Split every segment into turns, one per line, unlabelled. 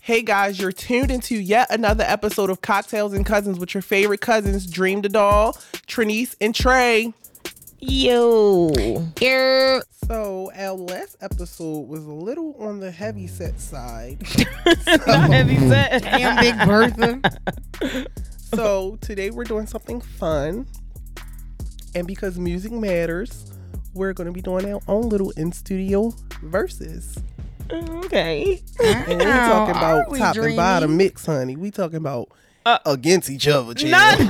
Hey guys, you're tuned into yet another episode of Cocktails and Cousins with your favorite cousins, Dream the Doll, Trinice, and Trey.
Yo. Yo.
So our last episode was a little on the heavy set side.
Not heavy set.
Damn, Big Bertha.
so today we're doing something fun. And because music matters, we're gonna be doing our own little in studio verses.
Okay.
And we ain't talking about top and bottom mix, honey. We talking about
Uh,
against each other, child.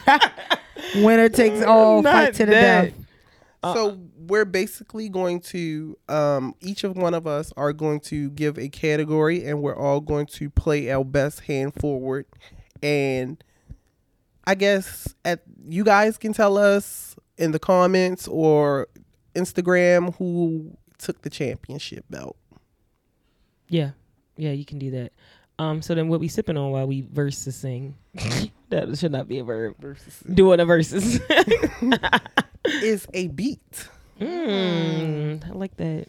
Winner takes all,
Not
Oh, fight to the
that.
death.
Uh,
So we're basically going to um, each of one of us are going to give a category, and we're all going to play our best hand forward. And I guess at you guys can tell us in the comments or Instagram who took the championship belt.
Yeah. Yeah, you can do that. Um, so then what we sipping on while we versus sing. that should not be a verb. Doing a versus.
Is a beat.
mm, I like that.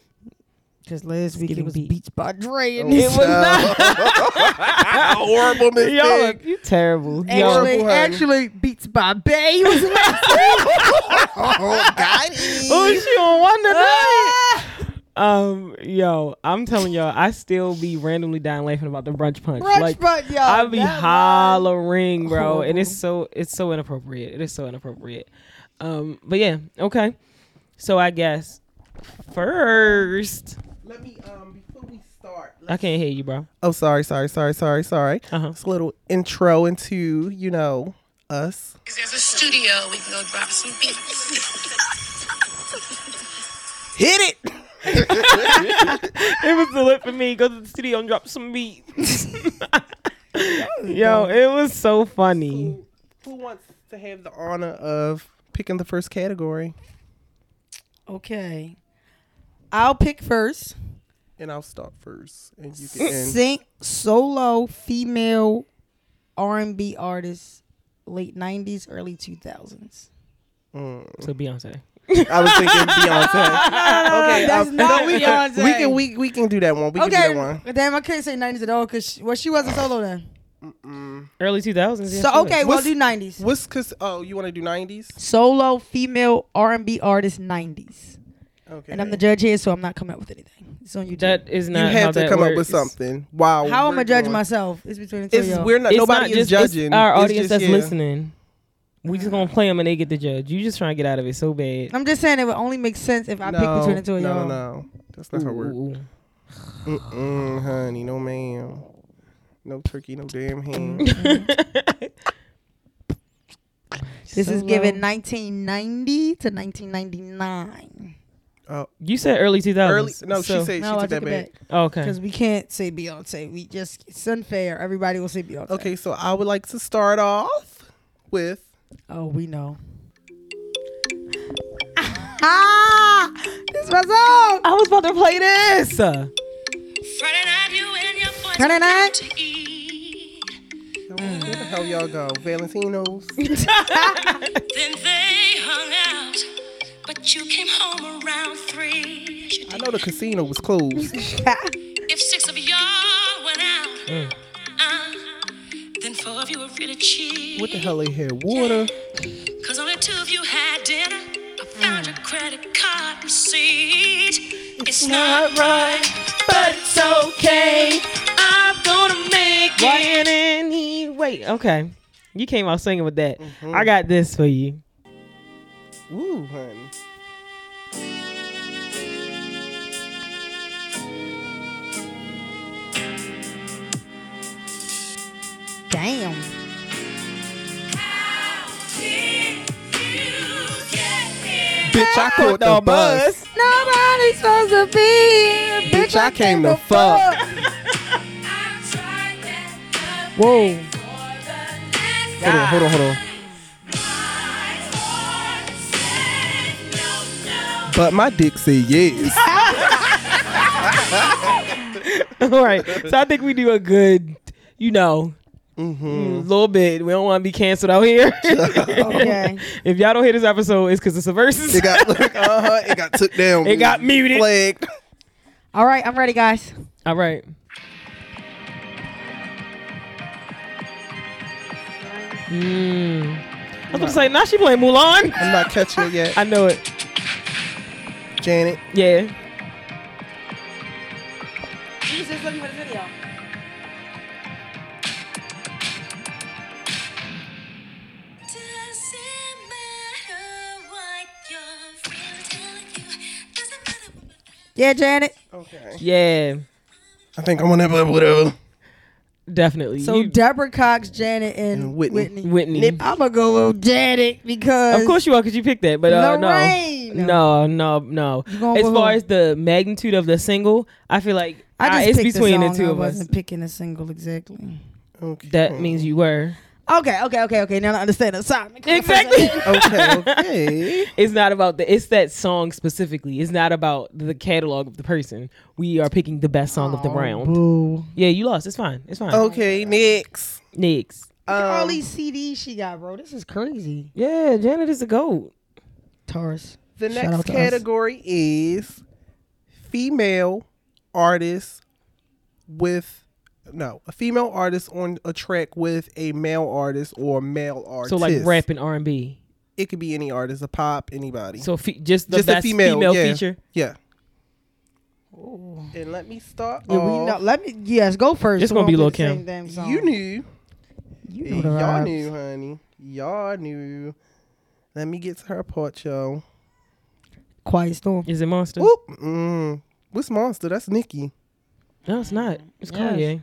Because last week
getting
it was
beat.
beat by Dre. And
It was not-
Oh, horrible mistake.
Y'all are you terrible. Y'all,
actually,
horrible, honey.
actually, beats by Bay was next.
oh, got
oh,
it.
she on one
Ah!
tonight. um, yo, I'm telling y'all, I still be randomly dying laughing about the brunch punch.
Brunch
Like,
Bunch, yo.
I be
That
hollering, bro, and it's so it's so inappropriate. It is so inappropriate. Um, but yeah, okay. So I guess first,
Let me um before we start.
I can't hear you, bro.
Oh, sorry, sorry, sorry, sorry, sorry.
Uh-huh.
It's a little intro into, you know, us.
Cause there's a studio, we can go drop some beats.
Hit it!
It was the lip for me. Go to the studio and drop some beats. Yo, it was so funny.
Mm.
Who wants to have the honor of picking the first category?
Okay. I'll pick first.
And I'll start first. And you can end.
Sync solo female R&B artist, late 90s, early 2000s.
So
Mm.
Beyonce.
I was thinking Beyonce. okay,
That's
um,
not
no, we,
Beyonce.
we can we, we can do that one. We can do that one.
Okay, damn, I can't say 90s at all because well, she wasn't solo then.
Early 2000s. yeah, she
So
was.
okay, we'll
What's-
do 90s.
Mm. What's cause oh you wanna do nineties?
solo female R&B artist 90s.
Okay.
And I'm the judge here, so I'm not coming up with anything. It's on you. two.
That is
you
not how
had to
that
come up with
works.
something. Wow.
How am
we're
I judge
going-
myself? It's between the two of
It's
y'all.
we're not
It's
nobody
not just,
is judging.
It's our
It's
audience
just,
that's
yeah.
listening. We just gonna play them and they get the judge. You just trying to get out of it so bad.
I'm just saying it would only make sense if I
no,
pick between the two of
no,
y'all.
no. That's not how it works.
Ooh.
Mm-mm, honey, no ma'am. No turkey, no damn ham.
Mm-hmm.
This is
Solo.
given 1990 to 1999.
Oh,
You said early 2000s.
early. No,
so-
she said
No,
she took
I take
that back.
it back
Oh, okay.
because we can't say Beyonce. We just it's unfair. Everybody will say Beyonce.
Okay, so I would like to start off with.
Oh, we know. Ah, this was all.
I was about to play this. Uh,
Friday night, you and your boys
Friday
went
night.
out to eat.
Where the hell y'all go? Valentino's.
Then they hung out, but you came home around three. She
I
did.
know the casino was closed.
If six of y'all went out, uh, then four of you were really cheap.
What the hell they had? Water.
Cause only two of you had dinner. I found your credit card receipt. It's, not, right, but it's okay. I'm gonna make it.
and anyway, okay. You came out singing with that.
Mm-hmm.
I got this for you.
Ooh, honey.
Damn.
Bitch, I caught the bus.
Nobody's supposed to be here.
Bitch, I came to fuck.
Whoa.
Hold on, hold on, hold on. But my dick said yes.
All right. So I think we do a good, you know,
Mm-hmm.
little bit. We don't want to be canceled out here.
Okay.
if y'all don't hear this episode, it's because it's a versus.
It got uh huh. It got took down.
It got muted.
Flagged.
All right, I'm ready, guys.
All right. Mm. I was gonna say, now she playing Mulan.
I'm not catching it yet.
I know it.
Janet.
Yeah.
He's just looking for the video.
Doesn't matter what you're feeling, telling you. Doesn't matter what my
Yeah, Janet.
Okay.
Yeah.
I think I'm on that blah, blah, blah.
Definitely.
So
You-
Deborah Cox, Janet, and,
And Whitney.
Whitney.
Whitney.
I'm gonna go with Janet because
Of course you are, because you picked that. But uh,
Lorraine.
no, no, no, no.
You going
As
with
far
who?
as the magnitude of the single, I feel like
I
uh,
just
it's
picked
between
a
the two
song. I
of us.
wasn't picking a single exactly.
Okay.
That means you were.
Okay, okay, okay, okay. Now I understand. I'm sorry.
Exactly.
Okay, okay.
It's not about the. It's that song specifically. It's not about the catalog of the person. We are picking the best song of
Oh,
the round.
Boo.
Yeah, you lost. It's fine. It's fine.
Okay, next.
Next.
All
Um,
these CDs she got, bro. This is crazy.
Yeah, Janet is a goat.
Taurus.
the
Shout
next
out to us.
category is female artists with no, a female artist on a track with a male artist or male artist.
So like rap and R and B.
It could be any artist, a pop, anybody.
So fe- just the
Just
best
a female, yeah.
feature.
Yeah. And let me start
Yeah, we
off.
know, let me yes, go first.
It's
We
gonna be
won't
Lil'
the
Kim.
same damn song.
you knew.
You know the
Y'all
vibes.
knew, honey. Y'all knew. Let me get to her part, y'all.
Quiet Storm.
Is it Monster?
Whoop. Mm. What's Monster? That's Nikki.
No, it's not. It's
Yes.
Kanye.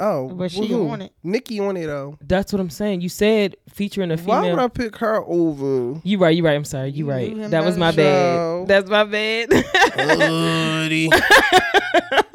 Oh,
But she
woohoo.
on it.
Nikki on it though.
That's what I'm saying. You said featuring a
Why
female.
would I pick her over?
You right, you right. I'm sorry. You
You
right.
knew him
That was my
better than
Joe.
bad. That's my
Oh.
bad.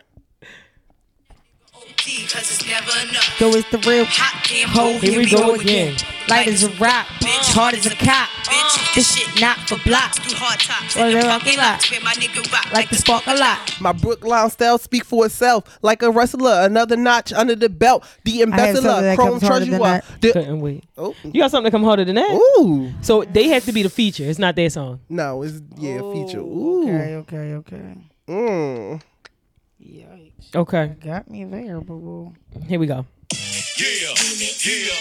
Because it's never enough.
So it's the real
Hot damn hoe,
Here we go again.
light as a rock, bitch, hard as a cop.
Bitch, this shit
Not for blocks,
through hard tops.
Well,
in the
they're
parking
like-
lots where my nigga rock
like the spark a lot.
My Brookline style speak for itself. Like a wrestler, another notch under the belt. The
something
embezzler,
that
chrome
comes harder than
treasurer.
that.
The,
Couldn't wait.
oh,
You got something to come harder than that?
ooh,
So they have to be the feature. It's not their song.
no, it's yeah, feature. Ooh,
Okay, okay, okay.
mm.
Yikes.
Okay.
Got me there, boo boo.
Here we go.
Yeah, yeah, yeah, yeah.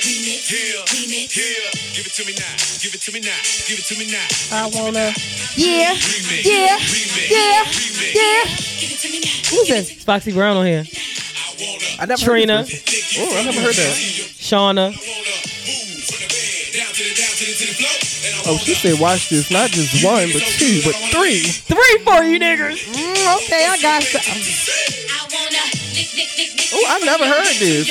Give it to me now. Give it to me now. Give it to me now.
I wanna. Yeah,
Remix.
yeah,
Remix.
yeah,
Remix.
yeah. Who's this?
It's Foxy Brown on here.
I wanna,
I never
Trina,
Heard this one. oh, I never heard that.
Shauna.
wanna move from the bed down to the down to the to the floor. And I
Oh,
wanna
she said, watch this. Not just one, but two, but three.
Three for you niggas.
Mm, okay, I got some.
Oh, I never heard this.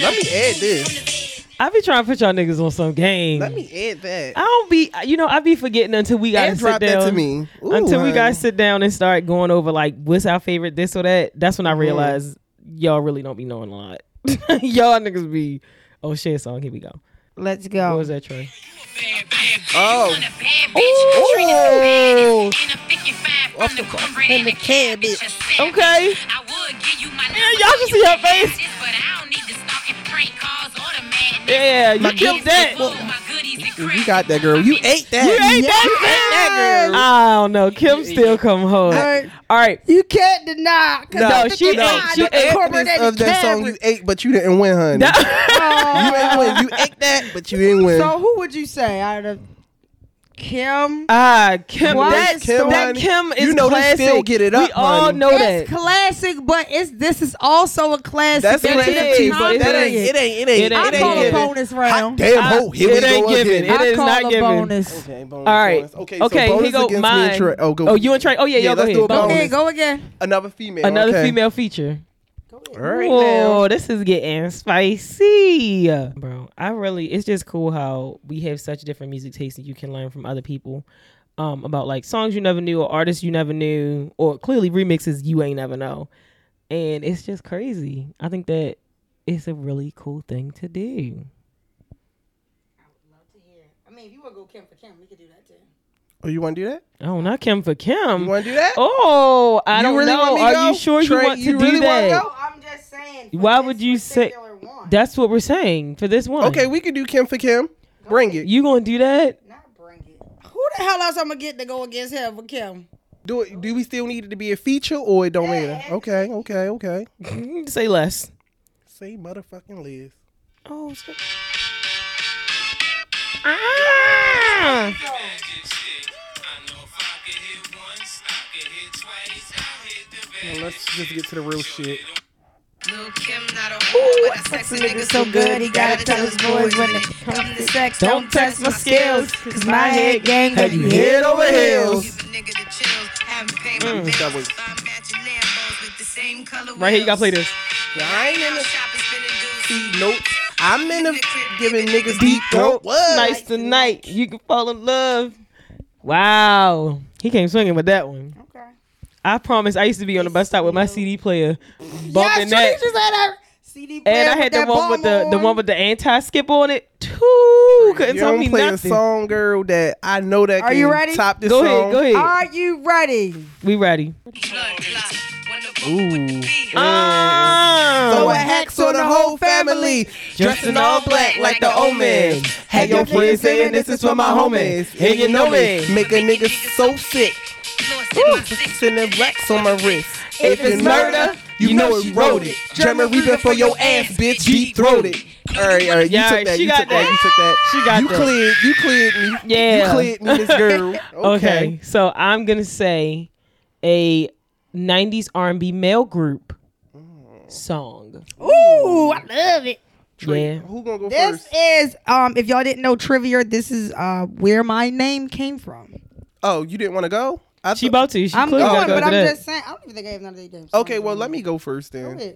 Let me add this.
I be trying to put y'all niggas on some game.
Let me add that.
I don't be, you know, I be forgetting until we gotta
And
sit
drop
down.
that to me. Ooh,
until we
honey.
guys sit down and start going over like what's our favorite this or that. That's
Mm-hmm.
when I realize y'all really don't be knowing a lot. y'all niggas be, oh shit, song. Here we go.
Let's
What
go.
was that, Trey?
Oh.
Ooh.
Off the
in the cab,
Oh.
Okay.
I would give you my
Yeah, y'all should see her face.
But I don't need to stalk and prank calls or the madness.
Yeah, you
My
killed
kids
that.
are cool, my goodies and
You
crap.
got that, girl. You ate that.
You ain't that
girl.
I don't know. Kim still come home.
Hey.
All right.
You can't deny. 'cause
No,
I think
she
you
ain't-
lied.
she
You
ain't
incorporated
of that song you
cameras.
ate, but you didn't win, honey. you ain't win. You ate that, but you didn't win.
So who would you say out of Kim?
Ah, Kim,
Why
that,
is Kim
that
honey?
Kim is
You know they
classic.
still get it up,
We all
honey.
know
It's
that.
classic, but it's this is also a classic.
That's
It
what it
is,
is,
but
but that ain't
it
it ain't it ain't
It
it
ain't
I call a
ain't
giving.
bonus
Hot
round.
damn ho, here
I-
we
it ain't
go
giving.
again.
It
I
is
call
not
a
given.
bonus.
Okay, bonus,
All right.
bonus. Okay,
Okay,
so bonus
here go
against
mine.
me and Trey. Oh, go.
Oh, you and Trey. Oh yeah,
Yeah,
y'all go
let's
ahead.
do a
Bonus.
bonus.
Okay, go again.
another female.
Another
okay.
female feature.
All right
Whoa,
now.
this is getting spicy, bro. I really, it's just cool how we have such different music tastes that you can learn from other people um, about like songs you never knew or artists you never knew or clearly remixes you ain't never know, and it's just crazy. I think that it's a really cool thing to do.
I mean, if you want to go Kim for Kim, we could do that too.
Oh, you want to do that?
Oh, not Kim for Kim.
You want to do that?
oh, I
You
don't
really
know.
want me to
Are
go?
you sure
Trey,
you want to
you
do
really wanna
that?
go?
I'm just saying.
Why would you say? That's what we're saying for this one.
Okay, we could do Kim for Kim. Bring it.
you gonna do that?
Not bring it. Who the hell else I'm gonna get to go against him for Kim?
Do it. Do we still need it to be a feature or it don't matter? Okay, okay, okay.
Say less.
Say motherfucking Liz.
Oh, so- Ah!
Well, let's just get to the real shit.
Lil' Kim not a whore, but a sexy nigga so good he gotta tell his boys when it comes to sex. Don't test my skills, cause my head gang
Have you head over heels?
Mm.
that was-
Right here, you gotta play this.
I ain't in the feed notes. I'm in the giving niggas deep throat. What?
Nice tonight. You can fall in love. Wow. He came swinging with that one.
Okay.
I promise I used to be on the bus stop with my CD player bumping
yes,
that.
you just had that CD player
And I had
with
the
that
one with
bomb
the, the
on.
one with the anti skip on it. Too couldn't
You
tell
don't
me
play
nothing.
a song, girl, that I know that
Are
can
you ready?
top this
Go
song.
ahead, go ahead.
Are you ready?
We ready.
Ooh.
Ah,
So a hex on the whole family. Dressed in all black like the omen. Had your friends saying this is for my homies. And you know it. Make a nigga so sick. Sending racks on my wrist. If it's murder, you know it wrote it. German reaper for your ass, bitch. Deep throated. All right, all right. You
Yeah,
took that.
she
You
got
took that.
that.
You took that.
She got
You
that.
cleared. You cleared me.
Yeah.
You cleared me, this girl.
okay. So I'm gonna say a '90s R&B male group
Mm.
song.
Ooh, I love it.
Yeah.
Who gonna go
This
first?
is um. If y'all didn't know trivia, this is uh where my name came from.
Oh, you didn't want to go? I
She
thought-
about to. She
I'm
clearly
going,
gotta go
but
to
I'm
that.
just saying. I don't even think I have none of these games.
Okay, well, let me go first then.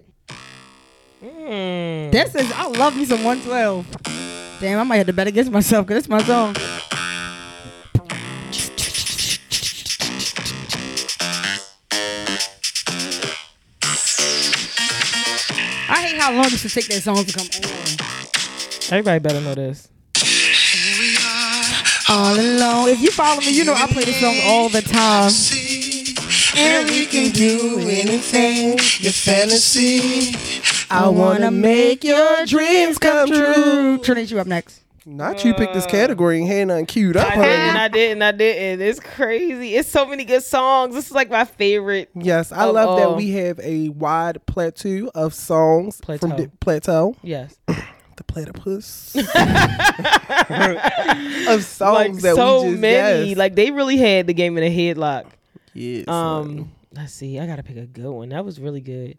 Mm.
This is. I love me some 112. Damn, I might have to bet against myself because it's my song. I hate how long it should take that song to come on.
Everybody better know this.
All alone. If you follow me, you know I play this song all the time.
And we can do anything your fantasy. I wanna make your dreams come true.
Trinity, you up next.
Not you picked this category and had nothing queued up,
I did and
honey.
I did and I did and it's crazy. It's so many good songs. This is like my favorite.
Yes, I
Oh,
love
oh.
that we have a wide plateau of songs
Plateau.
from the plateau,
Yes.
the platypus, of songs
like
that
so
we just
many.
yes.
Like they really had the game in a headlock.
yes, honey.
Um, let's see. I gotta pick a good one. That was really good.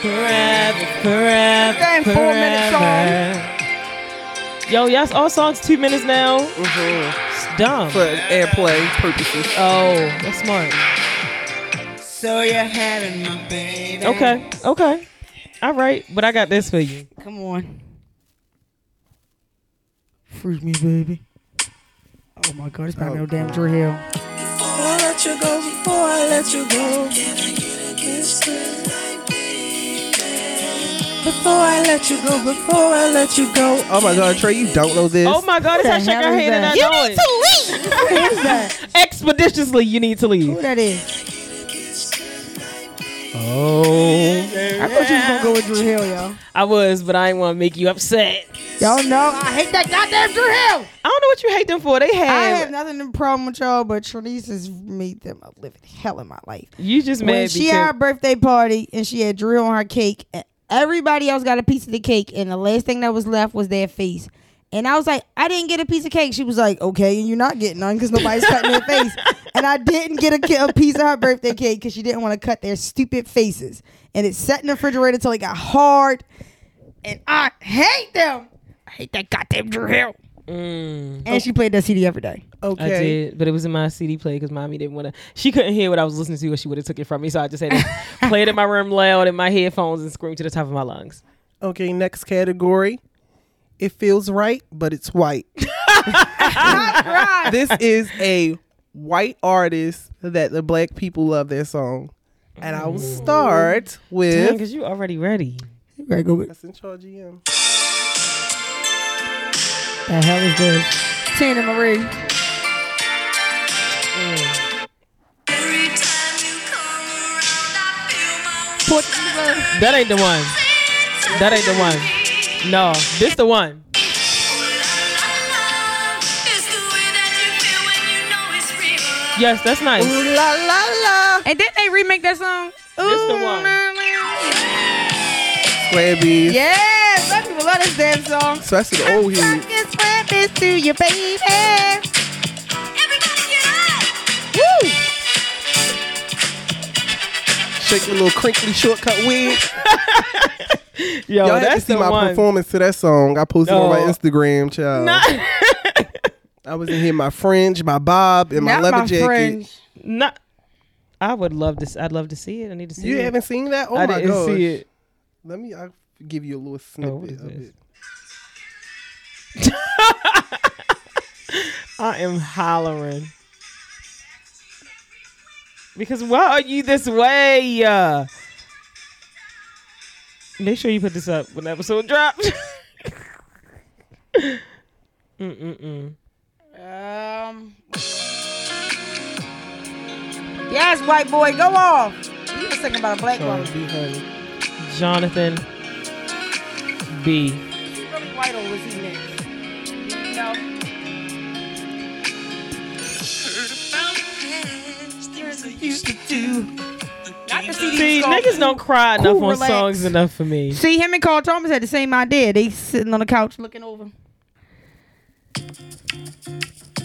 Forever, forever,
Damn, four-minute
forever. Yo, y'all all songs two minutes now.
Mm-hmm.
Mhm.
It's dumb.
for airplay purposes.
Oh, that's smart.
So you're having my
Okay, okay. All right, but I got this for you.
Come on. Freeze me, baby. Oh my god, it's about no damn drill.
Oh my God, Trey, you don't know this.
Oh my God, it's
Who
how I
the
shake
hell
her
is
hand and
that?
I know
You
it.
Who is that?
Expeditiously, you need to
Who
leave.
that is?
Oh,
I thought you was gonna go with Drew Hill, y'all.
I was, but I didn't want to make you upset.
Y'all know I hate that goddamn Drew Hill.
I don't know what you hate them for. They had.
I have nothing in problem with y'all, but Trinice has made them a living hell in my life.
you just
when
mad
she
because
had her birthday party and she had Drew on her cake, and everybody else got a piece of the cake, and the last thing that was left was their face. And I was like, I didn't get a piece of cake. She was like, okay, and you're not getting none because nobody's cutting their face. And I didn't get a, ki- a piece of her birthday cake because she didn't want to cut their stupid faces. And it sat in the refrigerator till it got hard. And I hate them. I hate that goddamn Drew Hill.
Mm,
And she played that CD every day.
I
okay.
did, but it was in my CD player because mommy didn't want to. She couldn't hear what I was listening to, or she would have took it from me. So I just had to play it in my room loud in my headphones and scream to the top of my lungs.
Okay, next category. It feels right, but it's white. This is a white artist that the black people love their song. And I will
Mm.
start with
because you already ready.
You gotta go with
That's in charge GM.
The hell is this? Tina Marie.
Every time you come around, I feel my
Portugal.
That ain't the one. That ain't the one. No, this the one.
It's the way that you feel when you know it's real.
Yes, that's nice.
Ooh la la la. And didn't they remake that song? Ooh,
This the one.
la, la.
Flabby.
Yeah, some people love this damn song.
Especially the old
I'm
heat.
fucking slapping to you, baby.
Everybody get up.
Woo!
Shake your little crinkly shortcut wig.
Yo,
Y'all have to
Oh, that's
see
the
my
one.
performance to that song. I posted on my
No.
Instagram, child. I was in here my fringe, my bob, and my
Not
leather
my
jacket.
friends.
Not. I would love to. s- I'd love to see it. I need to see
You
it.
haven't seen that? Oh
I
my
didn't
gosh.
see it.
Let me I'll give you a little
Oh,
snippet
what is
of
this?
it.
I am hollering. Because why are you this way? Uh, make sure you put this up when the episode drops. Mm-mm-mm.
Um. Yes, white boy, go off. You was thinking about a black
Cardi
woman.
B, honey.
Jonathan B.
Is he really white or was he mixed? No. Not the CD
See,
song.
niggas don't cry enough
Cool,
on
relax.
songs enough for me.
See, him and Carl Thomas had the same idea. They sitting on the couch looking over.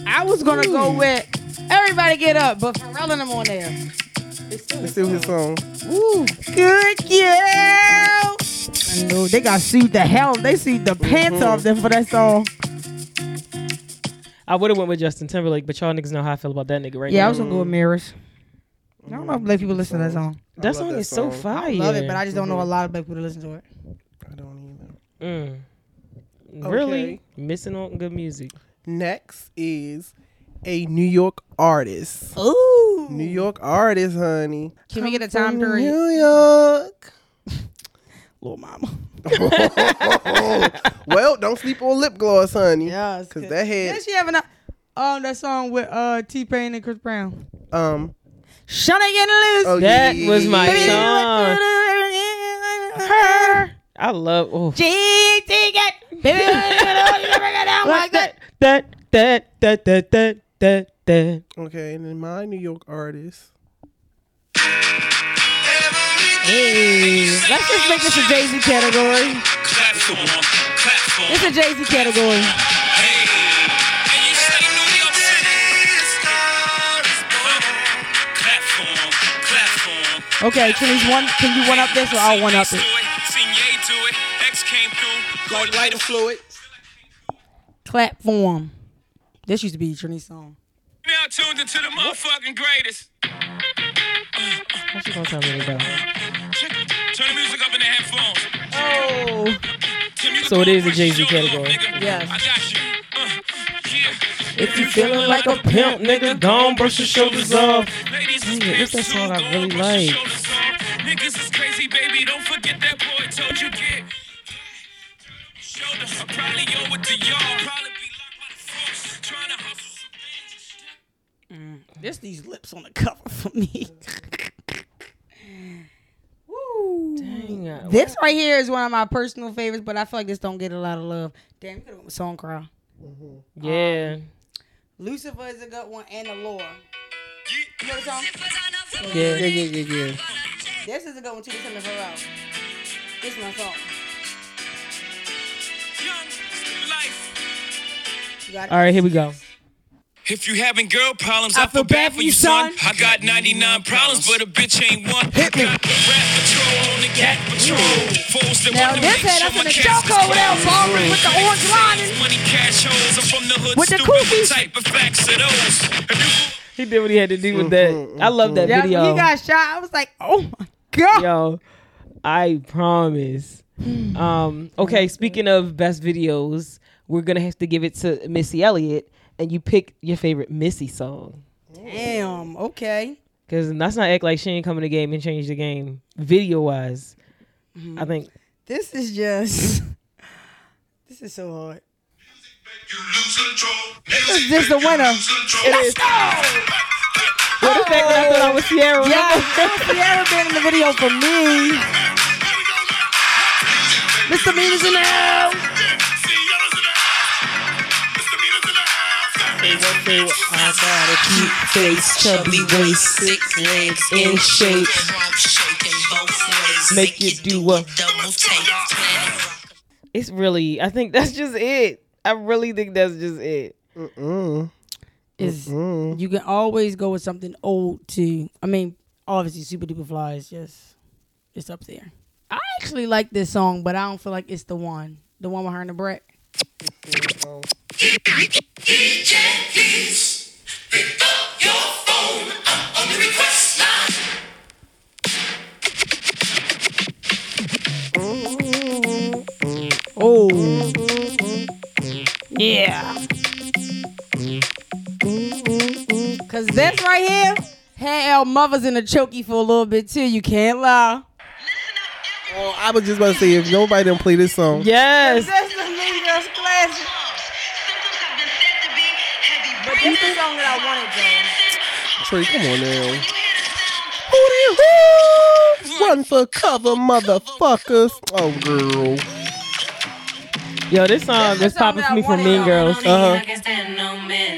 I was gonna go with everybody get up, but Pharrell and them on there.
Let's do his song.
Ooh, good girl. I know they got sued the hell. They sued the pants off them for that song.
I would have went with Justin Timberlake, but y'all niggas know how I feel about that nigga right
Yeah, I
now.
was gonna go with Mirrors. I don't know if black people listen to that song.
I
that
love
song is so
song.
fire.
Love it, but I just don't know a lot of black people that listen to it.
I don't even.
Mm. Really
Okay.
missing on good music.
Next is a New York artist.
Ooh.
New York artist, honey.
Can we get a time period?
New York.
Little mama.
well, don't sleep on lip gloss, honey.
Yes.
Cause that had
Did she have enough? Um, that song with uh T Pain and Chris Brown.
um.
Shut it, get loose.
Oh,
That
yeah,
was
yeah,
my
yeah, yeah.
song. Her. I love oh
GT get baby, you know you never get down like that.
that that that that that that that.
Okay, and then my New York artist.
Hey.
Let's just make this a Jay Z category.
Clap for one, clap for
It's a Jay Z category.
Hey, and you say New York City. Clap for one, clap for one.
Okay, can you one? Can you one up this or I'll one up it?
Seen Ye do it, X came through. Like lighter fluid.
Platform. This used to be Trini's song.
Now tuned into the motherfucking greatest.
What you gonna tell me about?
Turn the music up in the headphones.
Oh,
Tim, you
So it is a
look
Jay-Z
pretty short,
category.
nigga.
Yes.
I got you. Uh, yeah.
If you feeling like a pimp, nigga, don't brush your shoulders off.
Ladies is
Dang it, what's
pimps
that song
too,
I
go
really
brush your
like?
shoulders off. Niggas is crazy, baby. Don't forget that boy told you get. Shoulders, I probably owe it to y'all. Probably be locked by the force, tryna hustle some bitches.
this these lips on the cover for me. Woo.
uh,
This right here is one of my personal favorites, but I feel like this don't get a lot of love. Damn, you could have song cry.
Yeah.
Lucifer is a good one, and Allure.
Yeah.
You know the song?
Yeah.
Yeah, yeah, yeah, yeah.
This is a good one too. This is Pharrell. This is my song.
Young life.
You got it?
All right, here we go.
If you having girl problems, I, feel bad for you, son. I got 99 problems, but a bitch ain't one. Hit me. Got rap patrol on the gat patrol. Foes that
Now
wanna
this
make
had us
sure
in
my
the
cats
chokehold
is
without ballroom with the orange lining.
Money cash holes. I'm from the hood.
With the
stupid, what
cookies.
type of facts are those? If you-
He did what he had to do with that. I love that
Yeah,
video.
when he got shot. I was like, oh my god.
yo i promise
Hmm.
um okay speaking of best videos we're gonna have to give it to missy elliott and you pick your favorite missy song
Damn. Okay.
because that's not act like she ain't come in the game and change the game video wise
Hmm.
i think
This is just. This is so hard. Is this the winner?
Let's
What the fact that I thought I was Sierra?
Yeah, Sierra been in the video for me. Mr. Mean is in the house.
Face, chubby waist, six legs in shape.
Make you do a-
double take.
It's really. I think that's just it. I really think that's just it.
Is you can always go with something old to. I mean, obviously, Super Duper Fly is just it's up there. I actually like this song, but I don't feel like it's the one. The one with her and the Brett. Oh, yeah. Cause this right here had our mothers in a chokey for a little bit too. You can't lie.
Oh, I was just about to say if nobody didn't play this song,
Yes.
That's the Mean Girls classic. But this is the song that I wanted, though.
Trey, come on now. Hootie hoo! Run for cover, motherfuckers! Oh, girl.
Yo, this song
This
is
is
popping for
something
me
I
from
wanted,
Mean
I
Girls. Uh-huh.
Uh huh.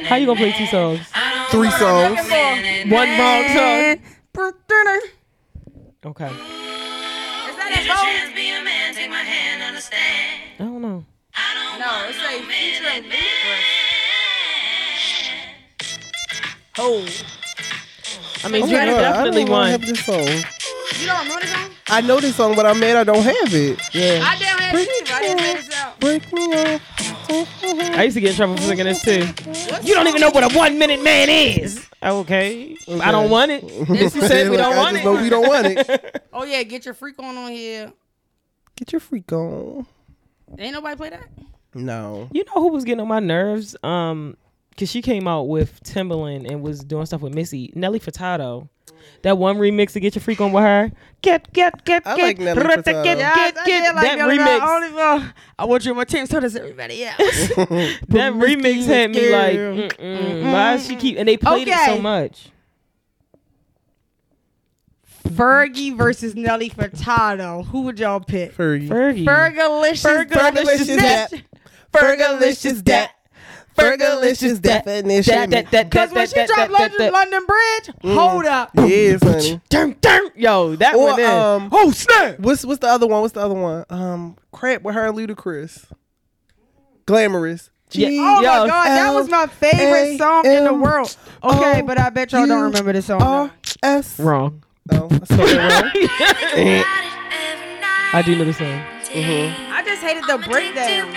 How you gonna play two songs?
Three songs.
One wrong song.
Is
Okay.
that his voice?
I don't know.
No, it's like featuring Oh,
I mean,
Oh
Drake
my God, I
definitely
don't wanna
won.
have this song.
you don't know this song?
I know this song, but I'm mad I don't have it.
Yeah.
I damn had it either. I didn't play this out.
Break me off.
I used to get in trouble for singing this too. You don't even know what a one minute man is. Okay. I don't want it. You said we
Like,
don't
I
want
just know
it.
we don't want it.
Oh yeah, get your freak on on here.
Get your freak on.
Ain't nobody play that.
No.
You know who was getting on my nerves? Um, cause she came out with Timbaland and was doing stuff with Missy Nelly Furtado. That one remix to get your freak on with her. Get get get
I
get
like Nelly
get
Furtado.
get
Yes,
get get that remix.
I want you on my team. So does everybody else.
That remix had me
girl.
like, mm-mm, why she keep and they played it so
Okay.
much.
Fergie versus Nelly Furtado. Who would y'all pick?
Fergie.
Fergie.
Fergalicious.
Fergalicious
Dap.
that. Fergalicious that. Fergalicious definition.
That that that Mm.
Cause when she dropped London, London Bridge, hold up. Oh
Yes, honey.
Dun, dun. Yo, that
Or,
one is.
um,
oh snap!
What's what's the other one? What's the other one? Um, crap with her and Ludacris. Glamorous.
Yeah.
G-
Yo,
Oh my god, that was my favorite song in the world. Okay, but I bet y'all don't remember this song. though.
R S.
Wrong.
Oh, I spelled it wrong.
I do know the song.
I just hated the breakdown.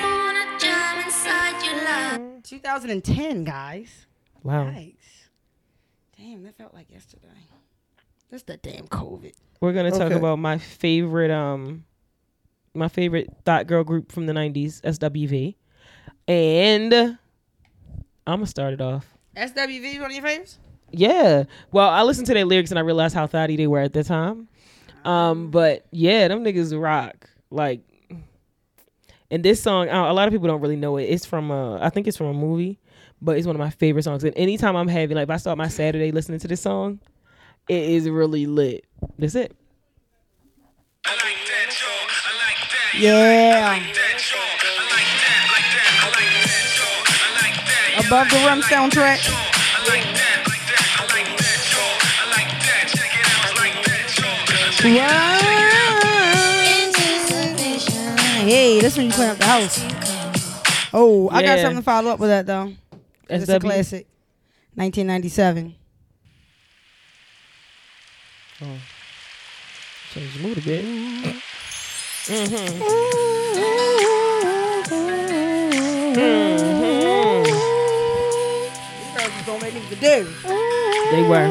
2010, guys.
Wow.
Yikes. Damn, that felt like yesterday. That's the damn COVID.
We're gonna talk
Okay.
about my favorite um my favorite thought girl group from the nineties, SWV. And I'ma start it off.
SWV, one of your favorites?
Yeah. Well, I listened to their lyrics and I realized how thotty they were at the time. Um, but yeah, them niggas rock. Like and this song, uh, a lot of people don't really know it. It's from uh I think it's from a movie, but it's one of my favorite songs. And anytime I'm having like if I start my Saturday listening to this song, it is really lit. That's it.
Yeah. Above the Rim soundtrack. Hey, this one you clean up the house. Oh, I got
Yeah.
something to follow up with that though. It's a
SW.
classic. 1997.
Change the mood a bit. Mm-hmm. Mm-hmm. They were.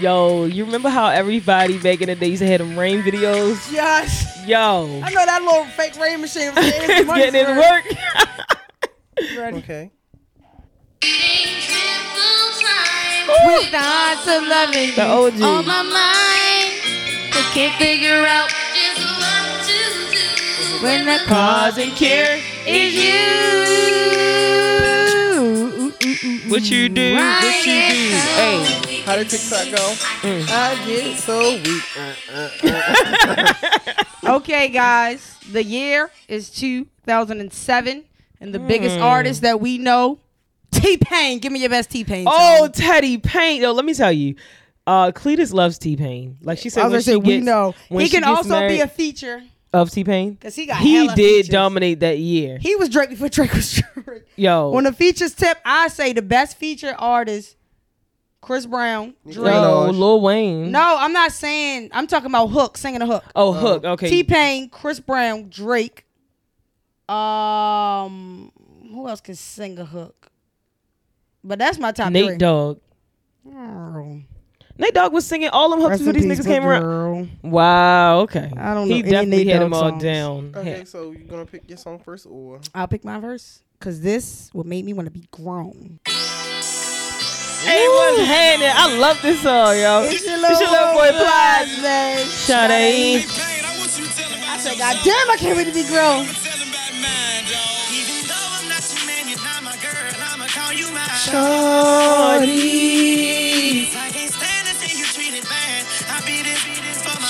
Yo, you remember how everybody back in the day used to have them rain videos?
Yes.
Yo,
I know that little fake rain machine was getting his
it's
money's
getting his
worth.
work.
Okay.
With the hearts of loving.
The
On
OG.
my mind, I can't figure out just what to do.
when the
Cause and cure is
Ooh, ooh, ooh, ooh, ooh.
What you do, what you do. Hey,
How did TikTok go? I get so weak. Uh, uh, uh.
Okay, guys. The year is 2007, and the biggest artist that we know, T Pain. Give me your best T Pain.
oh, Teddy Payne. Yo, let me tell you. Uh, Cletus loves T Pain. Like she said,
I was
when she
gonna say we
gets-
know.
when
He
she
can
gets
also be
married-
a feature
of T Pain.
because he got.
He
hella
did
features.
dominate that year.
He was Drake before Drake was Drake.
Yo,
On the features tip, I say the best feature artist, Chris Brown,
yo,
Drake.
Drake.
Lil Wayne.
No, I'm not saying. I'm talking about hook, singing a hook.
Oh, Hook. Okay.
T Pain, Chris Brown, Drake. Um, who else can sing a hook? But that's my top three.
Nate Dogg.
Girl.
Nate Dogg was singing all them hooks
Rest
before
in
these
peace,
niggas
good
came around.
girl.
Wow. Okay.
I don't know
He
any
definitely
Nate
had them
Dogg
all
songs.
down.
Okay,
Yeah.
so you're gonna pick your song first, or
I'll pick my verse because this would make me want to be grown.
Hey, what's happening? I love this song, yo. It's your little, boy Plies. Sade.
I
Say, God damn, I can't wait to be grown.
Even though I'm not your man, you're not my girl. I'ma call you mine. I can't stand to see you treated bad. I be this, be this for my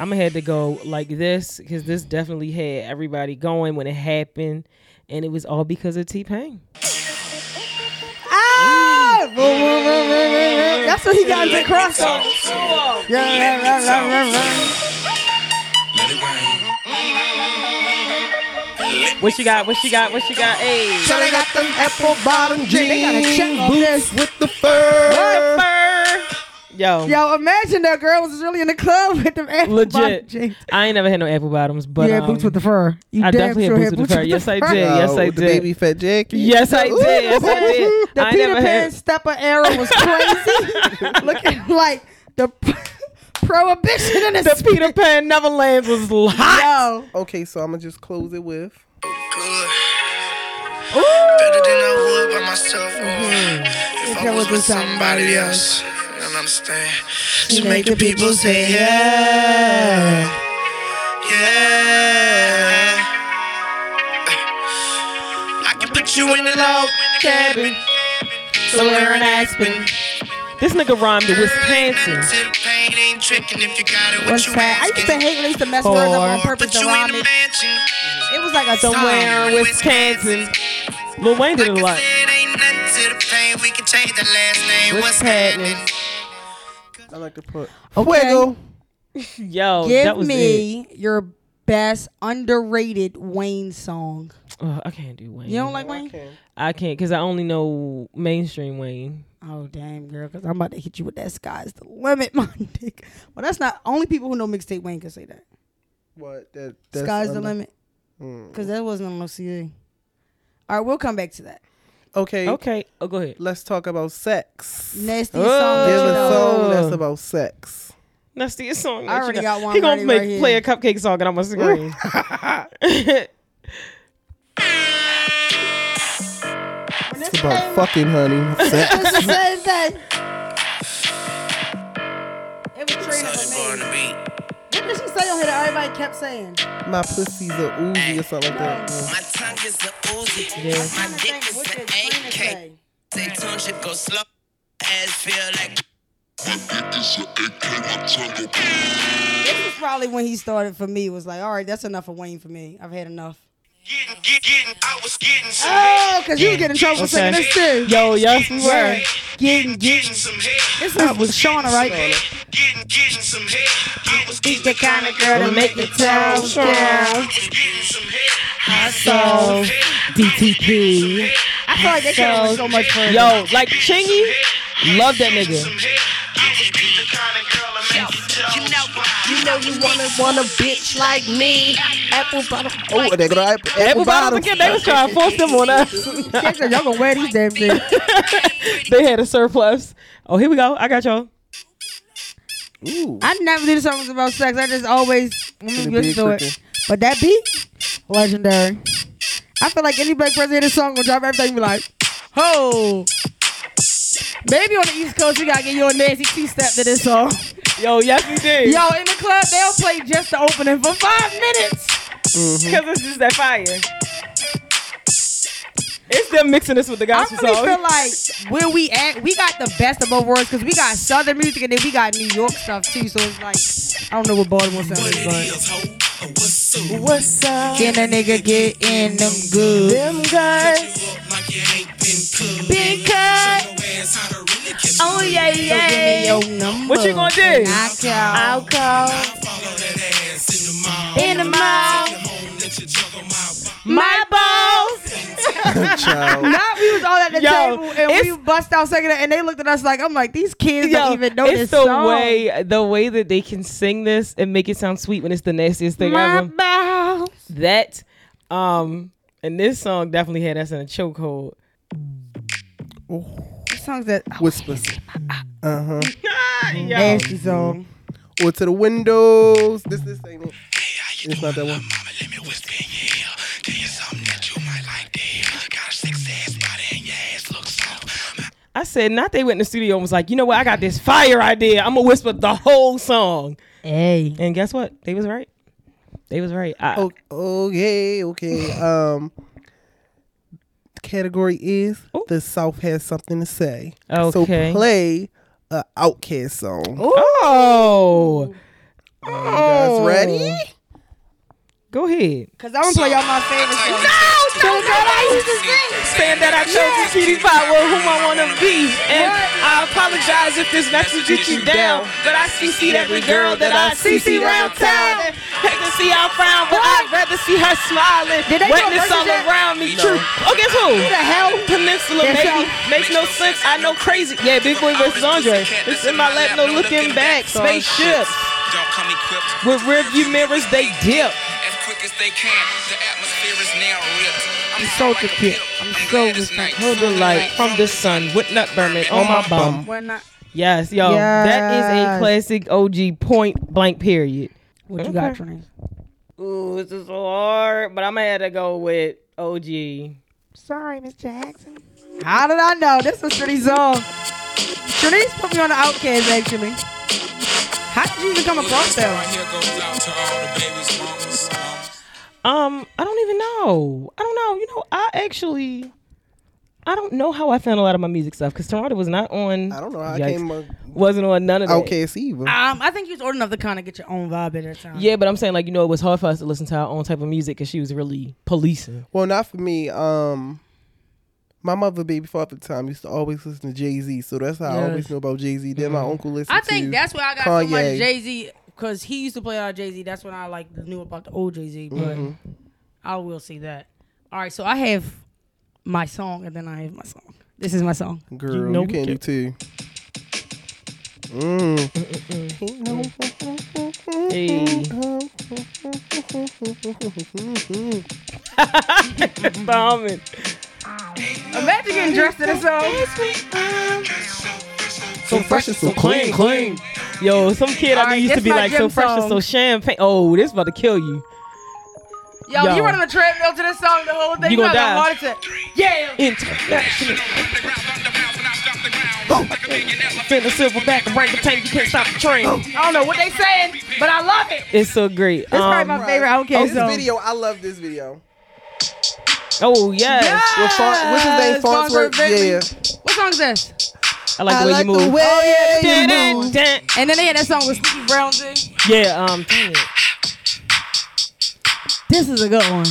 I'm gonna have to go like this because this definitely had everybody going when it happened, and it was all because of T Pain.
Ah! Vroom, vroom, vroom, vroom, vroom, vroom. That's what he got into cross on. Yeah, rah, rah, rah, rah, rah.
What you got? What you got? What you got? Hey.
Charlie got them apple bottom
They got a
jeans,
check on
boots
this.
with the fur.
Yo,
Yo, imagine that girl was really in the club with them apple bottom
legit.
jeans.
I ain't never had no apple bottoms, but
yeah,
um,
boots with the fur. You
I
damn
definitely had
sure
boots with the fur. Yes, I did. Yes, I
Uh, with the
did.
Baby fat Jackie.
Yes, I did. Yes, I
Ooh,
did.
The
I ain't
Peter
never
Pan
had.
stepper era was crazy, looking like the prohibition in the,
The Peter Pan Neverlands was hot.
Yo,
Okay, so I'm gonna just close it with.
good. Better than I would by myself. or If I was with somebody else. You don't understand. To make the people say yeah. Yeah. I can put you in a log cabin. Somewhere in Aspen.
This nigga rhymed to Wisconsin.
To the pain ain't tricking if you got it. What
what's
you
that? I used to
asking?
hate when they used to mess words up on
Or-
purpose
Put
to
you
rhyme
in a
it.
mansion.
It was like a song.
Somewhere in Wisconsin. Lil Wayne did it a lot.
What's happening?
I like to put
Okay.
fuego.
Yo, Oh, that
Give
was it.
me your best underrated Wayne song.
Ugh, I can't do Wayne.
You don't like Wayne?
Mm-hmm. Okay.
I can't because I only know mainstream Wayne.
Oh damn, girl, because I'm about to hit you with that sky's the limit, my dick. Well, that's not only people who know mixtape Wayne can say that.
What? That, that's
sky's the
under-
limit,
Mm.
because that wasn't on no CD. All right, we'll come back to that
Okay.
Okay. Oh, go ahead.
Let's talk about sex.
nasty
Oh.
song.
Give a
that you know.
song that's about sex.
Nasty song.
I
that you
already got one
He gonna
ready
make,
right here.
play a cupcake song and I'm gonna scream.
It's about fucking honey. Sex.
It's the same thing. It was Trina for me. What did she say on here that everybody kept saying?
My pussy's a oozy or something like that. Mm.
My tongue is a Uzi.
I'm
My
trying to
dick
think,
is
what
an
did Trina
AK.
say?
Say tone should go slow. Ass feel like.
This was probably when he started for me. Was like, all right, that's enough of Wayne for me. I've had enough.
I was getting some
Oh, cause you get in trouble for
Okay.
singing this too.
Yo, yes we were.
Getting, getting some hair.
This is was Shauna, right?
Getting, getting some hair. I was getting,
the kind of girl to make the town
I was getting some hair.
So DTP.
I feel like they could have went so much further.
Yo, like Chingy, love that nigga.
Some hair. I was getting the kind of girl to make the toes
You know,
wild.
you know you wanna want a bitch like me. Apple bottom.
Oh, they got apple, apple
Everybody
bottom.
was again, they was trying to force them on us.
Kids are- y'all gonna wear these damn things.
they had a surplus. Oh, here we go. I got y'all.
Ooh.
I never do songs about sex. I just always
The
women
big
used to
cricket.
it. But that beat, legendary. I feel like any black person in this song will drop everything and be like, ho. Maybe on the East Coast, we gotta get you a nasty two step to this song.
Yo, yes, we did.
Yo, in the club, they'll play just the opening for five minutes.
Because it's just that fire. It's them mixing this with the
I
gospel
really
song.
feel like where we at, we got the best of both worlds because we got Southern music and then we got New York stuff too. So it's like, I don't know what Baltimore sounds like, but.
What's up?
Can a nigga get in them good?
Them guys.
Big cut. Oh, yeah, yeah. So give me your number.
What you gonna do?
And I call. I'll call. In the mouth. My balls.
Child.
Nah, we was all at the
Yo,
table and we
it's-
bust out singing it, and they looked at us like, I'm like, these kids
Yo,
don't even know
it's
this
the
song.
way the way that they can sing this and make it sound sweet when it's the nastiest thing
My
ever.
balls.
That, um, and this song definitely had us in a chokehold.
This song's that oh,
Whispers. Uh huh.
nasty song.
Or to the windows. This, this ain't it. It's not that one.
Mama, let me whisper in your ear. Tell you something that you might like to hear. Got a six ass body and your ass looks soft.
I said, not they went in the studio and was like, you know what? I got this fire idea. I'm gonna whisper the whole song.
Hey.
And guess what? They was right. They was right. I,
O- Okay, okay. Um, category is
Ooh.
the South has something to say. So
Oh. Okay.
play a Outcast song.
Oh,
You guys ready?
go ahead.
Cause I'm gonna play y'all my favorite song.
Saying that I chose to Kitty Pop with whom I wanna be, and I apologize if this message get you down. But I CC every girl that I CC round town. Hate to see her frown, but I'd rather see her smiling.
Did they do a
Wetness all
version yet?
around me. True. Oh, guess who?
Who the hell?
Peninsula,
That's
maybe.
y'all.
Makes no sense. I know crazy. Yeah, Big Boy versus Andre. This in my lap, no looking back. Spaceships
Don't come equipped.
with rearview mirrors, they dip.
As quick as they can, the atmosphere is now ripped. I'm
so
like a
prepared.
pimp.
I'm so
glad it's
respect-
night.
Hold the light from the sun with nut burning on my bum.
We're not.
Yes, yo,
Yes.
that is a classic OG point blank period.
What you got, Trent?
Ooh, this is so hard, but I'm gonna have to go with OG.
Sorry, Miss Jackson. How did I know? This was Trini's song. Trini's put me on the outcast actually. How did you even come across that one?
Here goes out to all the babies, mamas, mamas.
Um, I don't even know. I don't know. You know, I actually, I don't know how I found a lot of my music stuff because Toronto was not on.
I don't know. how I
Yikes.
came up
Wasn't on none of that.
Outcast either.
Um, I think you was old enough to kind of get your own vibe at that time.
Yeah, but I'm saying like you know it was hard for us to listen to our own type of music because she was really policing.
Well, not for me. Um, my mother, baby father, at the time used to always listen to Jay Z, so that's how I always
Yes. Mm-hmm.
know about Jay Z. Then my uncle listened.
I think
to
that's where I got so
Kanye.
much Jay Z because he used to play a lot of Jay Z. That's when I like knew about the old Jay Z. But
Mm-hmm.
I will say that. All right, so I have my song and then I have my song. This is my song.
Girl,
You
you,
know we
can't do
can-
two.
Hey. Bombing.
Imagine getting dressed to this song.
So fresh and so clean.
clean. Yo, some kid I
All
knew
right,
used to
this
be
my
like so
gym
fresh and
song.
so champagne. Oh, this about to kill you.
Yo,
Yo.
you run on the treadmill to this song the whole thing.
You gonna
got
die.
a heart attack. Yeah.
International. Finna silver back and break the tank. You can't stop the train.
I don't know what they saying, but I love it.
It's so great.
It's probably
Um,
my favorite
Oh, This
outcast song.
video, I love this video.
oh yes.
With Fa- what's his name?
Yes, Farnsworth
Farnsworth.
Bentley.
Yeah.
What song is this?
I like the way you move.
way Oh,
Dun, dun, dun.
And then they had that song with Stevie Brown too.
Yeah. Um. Dang it.
This is a good one.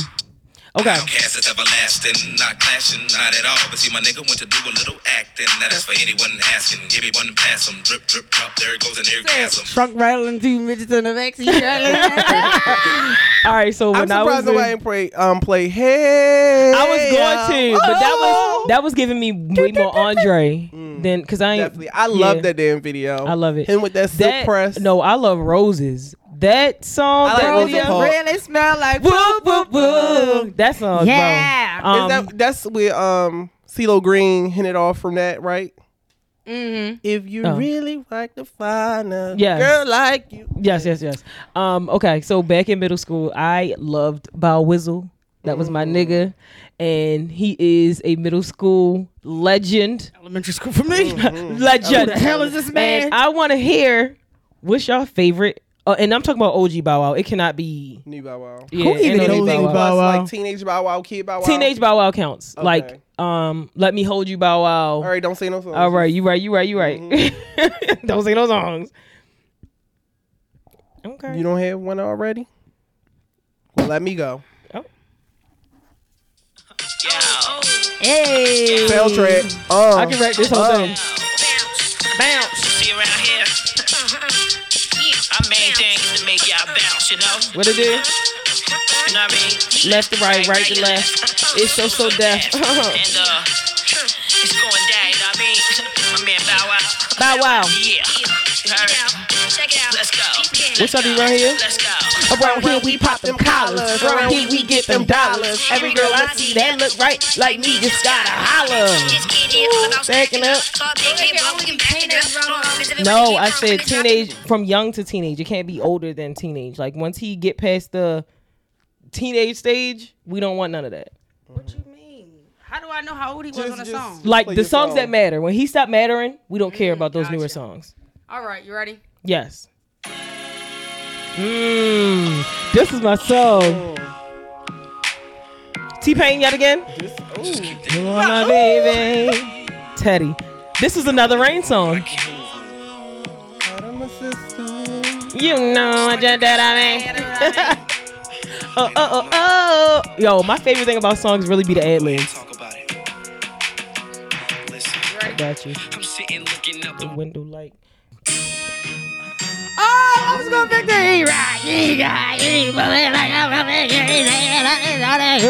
Okay.
Outcast is everlasting, not clashing, not at all. But see, my nigga went to do a little acting. That is for anyone asking. Everyone pass him. Drip, drip, drop. There it goes an orgasm.
Trunk rattling two midgets in the backseat.
All right. So
I'm
when I was
surprised nobody
in-
didn't play. Um, play. Hey,
I was going to, but that
Oh.
was that was giving me way more Andre than because I ain't.
Definitely. I love
yeah.
that damn video.
I love it.
Him with that silk
That-
press.
No, I love roses. That song.
I like
that
Rosa
video-
Parks.
really smell like
Woo, woo, woo. That song,
Yeah.
bro. Um,
Is that that's where um CeeLo Green hinted off from that, right?
Mm-hmm.
If you
Oh.
really like to find a
Yes.
girl like you,
yes, yes, yes. Um, okay, so back in middle school, I loved Bow Wizzle. That was my
Mm.
nigga, and he is a middle school legend.
Elementary school for me.
legend.
Who the hell is this man?
And I want to hear What's your favorite? Uh, and I'm talking about OG Bow Wow. It cannot be.
New Bow Wow.
Yeah,
Who
ain't
even
no
knows
new
New Bow
Plus,
Wow?
like teenage Bow Wow, kid Bow Wow.
Teenage Bow Wow counts.
Okay.
Like, um, let me hold you, Bow Wow.
All right, don't say no songs.
All right, you right, you right, you right. Don't sing those songs. Okay.
You don't have one already? Well, let me go.
hey.
Fail track. Oh.
I can write this whole thing. Bounce.
See around here. I made things to make y'all bounce, you know?
What it do?
You know what I mean?
Left to right, right to left. It's so, so deaf.
and uh, it's going down, you know what I mean? My man Bow Wow.
Bow Wow.
Yeah. You heard it?
Check it out.
Let's go.
What's up, you right here?
Let's go.
Around here we pop them collars. Around here we get them dollars. Every girl I see that look right like me just gotta holler.
This kid here all about
Backing up.
Talk big game, but we can back it up.
No, I said teenage from young to teenage. It can't be older than teenage. Like once he get past the teenage stage, we don't want none of that.
What you mean? How do I know how old he was
Just-
on the
just-
song?
Like
Play
the
your Mm,
songs
song.
that matter. When he stopped mattering, we don't care about those newer
gotcha.
songs.
All right, you ready?
Yes. Mmm. This is my
Oh.
song. T Pain yet again. You are my baby, Teddy. This is another rain song. You know just that I mean. oh, oh, oh, oh. Yo, my favorite thing about songs really be the ad libs.
Talk about it. Listen,
I got you.
I'm sitting looking up
The
the
window light.
Oh, I was going back there. He right, he right, he right, like, I'm a big kid, he right, he right, he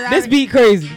right.
This beat crazy.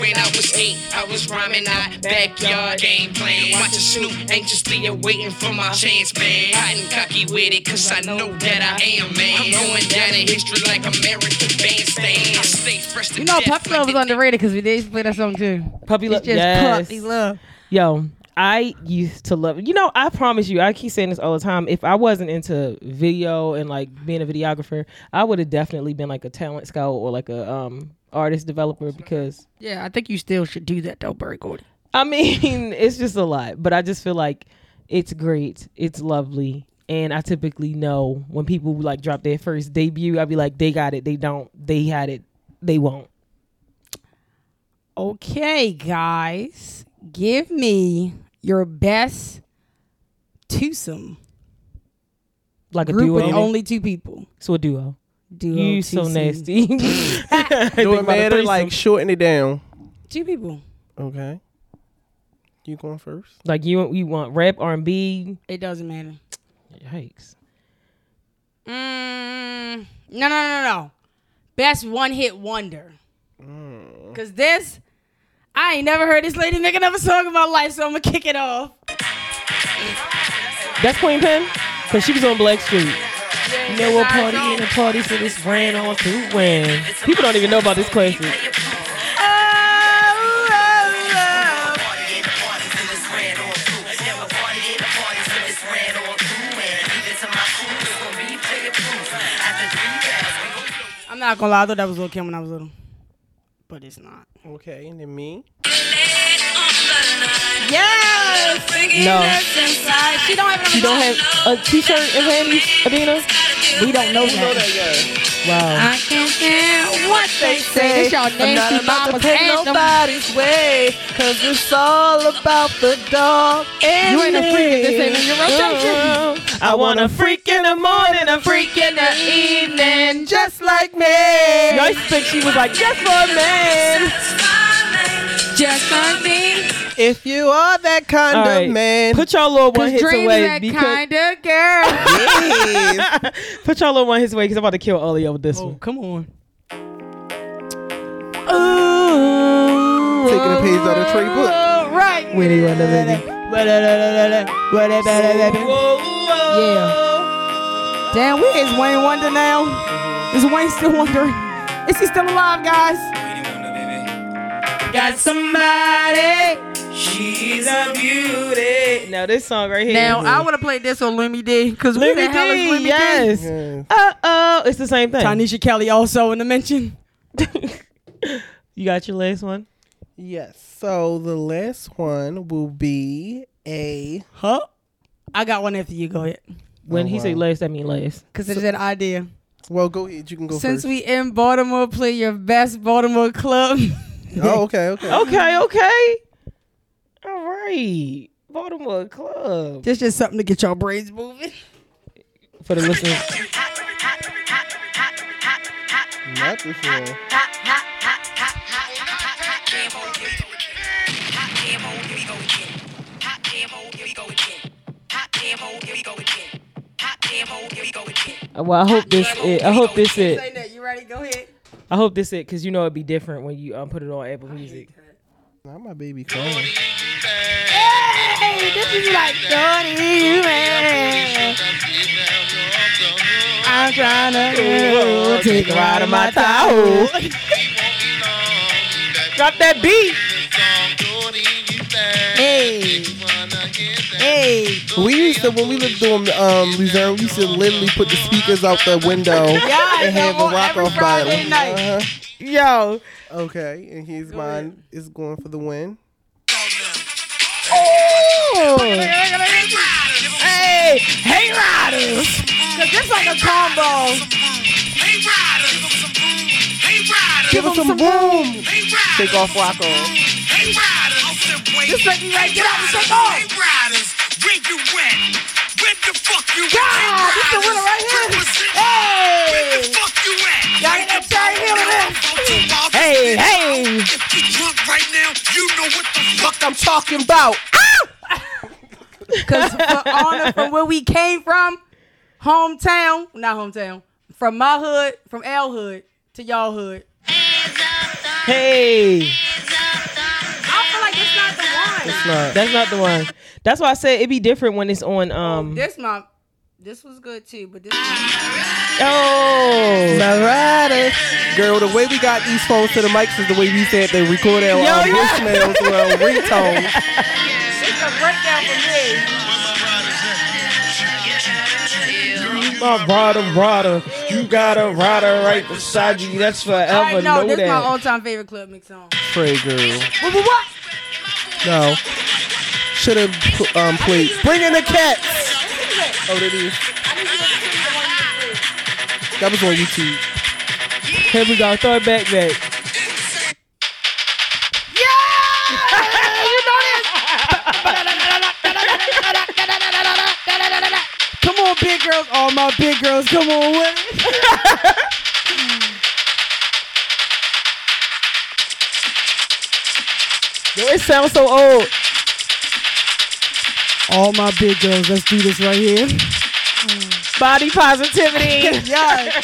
When I was eight, I was rhyming out backyard game plan. Watching Snoop anxiously and waiting for my chance, man. Hot and cocky with it, cause I know that I am, man. I'm going down in history like American bandstand. I stay fresh to
You know,
death
Puppy
like
Love was
the
underrated because we did used to play that song too.
Puppy Love.
It's just
Yes.
Puppy Love.
Yo, I used to love. You know, I promise you, I keep saying this all the time. If I wasn't into video and like being a videographer, I would have definitely been like a talent scout or like a um artist developer because
Yeah, I think you still should do that though, Barry Gordy.
I mean, it's just a lot, but I just feel like it's great. It's lovely. And I typically know when people like drop their first debut, I'd be like, they got it, they don't, they had it, they won't.
Okay, guys, give me your best twosome
Like a
group
duo.
with only two people.
so a duo.
Duo
You so
twosome.
nasty.
Do it matter? Like, shorten it down.
Two people.
Okay. You going first?
Like you, you want rap, R and B.
It doesn't matter.
Yikes.
Mm, no, no, no, no. Best one hit wonder. Cause this, I ain't never heard this lady make another song in my life, so I'm gonna kick it off.
That's Queen Pen, cause she was on Black Street. You know what
I
party
know.
in a party, so this ran on to win. People don't even know about this classic.
I'm not gonna lie, I thought that was Lil Kim when I was little, but it's not.
Okay, and then me.
Yes,
No,
inside. She don't have another
you don't have a T-shirt and panties, Adina.
We don't know that.
Wow.
I can't hear what they say. This y'all nasty mama's anthem.
way, cause it's all about the dog and
You ain't a freak if this ain't in your rotation.
I want a freak in the morning, a freak in the evening.
Just like me.
Y'all used to think she was like, just for a man.
Just for me.
If you are that kind
All
of
right,
man.
Put y'all little one
Cause
hits
Dream's
away
that
because
kind of girl.
Yes.
Put y'all little one his way because I'm about to kill all of y'all with this one.
Oh, come on.
Taking a page out of Trey book.
Oh, Right.
Winnie Wonder Baby.
Yeah. Damn, where is Wayne Wonder now? Is Wayne still wondering? Is he still alive, guys? Got somebody.
She's a beauty.
Now this song right here.
Now I want to play this on Lumi D because who the
Lumi
hell is
D,
Lumi D?
yes.
Yes.
Uh oh, it's the same thing.
Tanisha Kelly also in the mention.
you got your last one.
Yes. So the last one will be a
Huh? I got one after you. Go ahead.
When
Oh,
he say
wow.
last, I mean last.
Because it's an idea.
Well, go ahead. You can go
Since
first.
we in Baltimore, play your best Baltimore club.
oh, okay, okay.
Okay, okay. All right. Baltimore Club.
This just something to get your brains moving.
For the listeners.
Not this one.
Uh, Well, I hope this it. I hope this it.
that. You ready? Go ahead.
I hope this it because you know it'd be different when you um, put it on Apple Music.
Not my baby crying.
Hey, this is like Shorty, you man. I'm trying to take her out of my towel.
Drop that beat.
Hey, hey,
We used to when we lived on um, Luzerne, we used to literally put the speakers out the window
I
and have
know,
a rock
every
off battle.
Friday night.
Uh-huh.
yo.
Okay, and here's mine is going for the win.
Hey, hey riders. Cause it's like a combo.
Give us some room. Take off rock on.
This make me like, get out and take off. God, this the winner right here. Hey. Y'all get that Cherry Hill in there.
Hey,
hey.
If you drunk right now, you know what the fuck I'm
Talking about.
Cause for honor from where we came from, hometown, not hometown, from my hood, from L hood to y'all hood.
Hey,
I feel like it's not the one.
It's not.
that's not the one. That's why I said it'd be different when it's on. Um.
This my, this was good too, but this.
Oh.
Girl, the way we got these phones to the mics is the way we said they record our
Yo,
um,
yo.
voicemails or our ringtones.
It's a breakdown for me.
My brother, brother, you got a rider right beside you. That's
All
forever.
right, no,
know
this is my
that.
all-time favorite club mix song.
Pray, girl.
What? what, what?
No. Should have um, played. Bring in the cats. Oh, there it is. That was on YouTube.
Here we go. Throw it back, back.
Come on, big girls, all my big girls, come on with it.
Yo, it sounds so old.
All my big girls, let's do this right here.
Body positivity.
Yeah.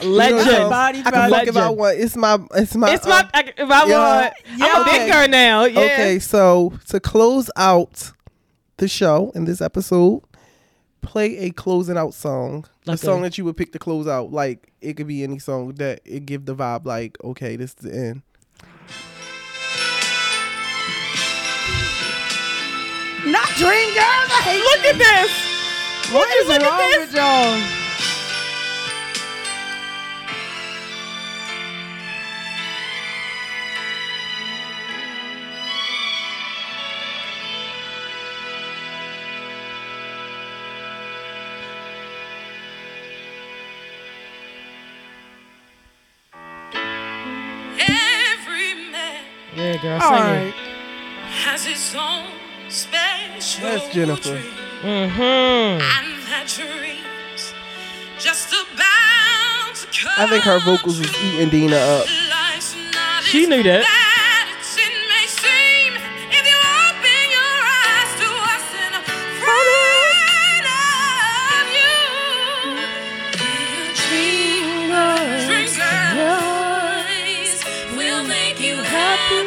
know,
Legend.
Body
I can fuck if I
Legend.
want. It's my. It's my.
It's my.
um,
I, if I
yeah.
want, I'm a
Okay.
big girl now. Yeah.
Okay, so to close out the show in this episode, play a closing out song. A
Okay.
song that you would pick to close out. Like it could be any song that it give the vibe. Like okay, this is the end.
Not dream girls. I hate look at this. What is
look at
wrong
this.
with y'all?
Every man
Yeah, girl.
All
Sing
right.
has his own special
That's Jennifer.
dream.
it. hmm
And that dream's just about to come
I think her vocals is eating Dina up.
Life's not
She
as
knew that.
bad as it may seem if you open your eyes to what's in front of you. Dream girls will make you happy.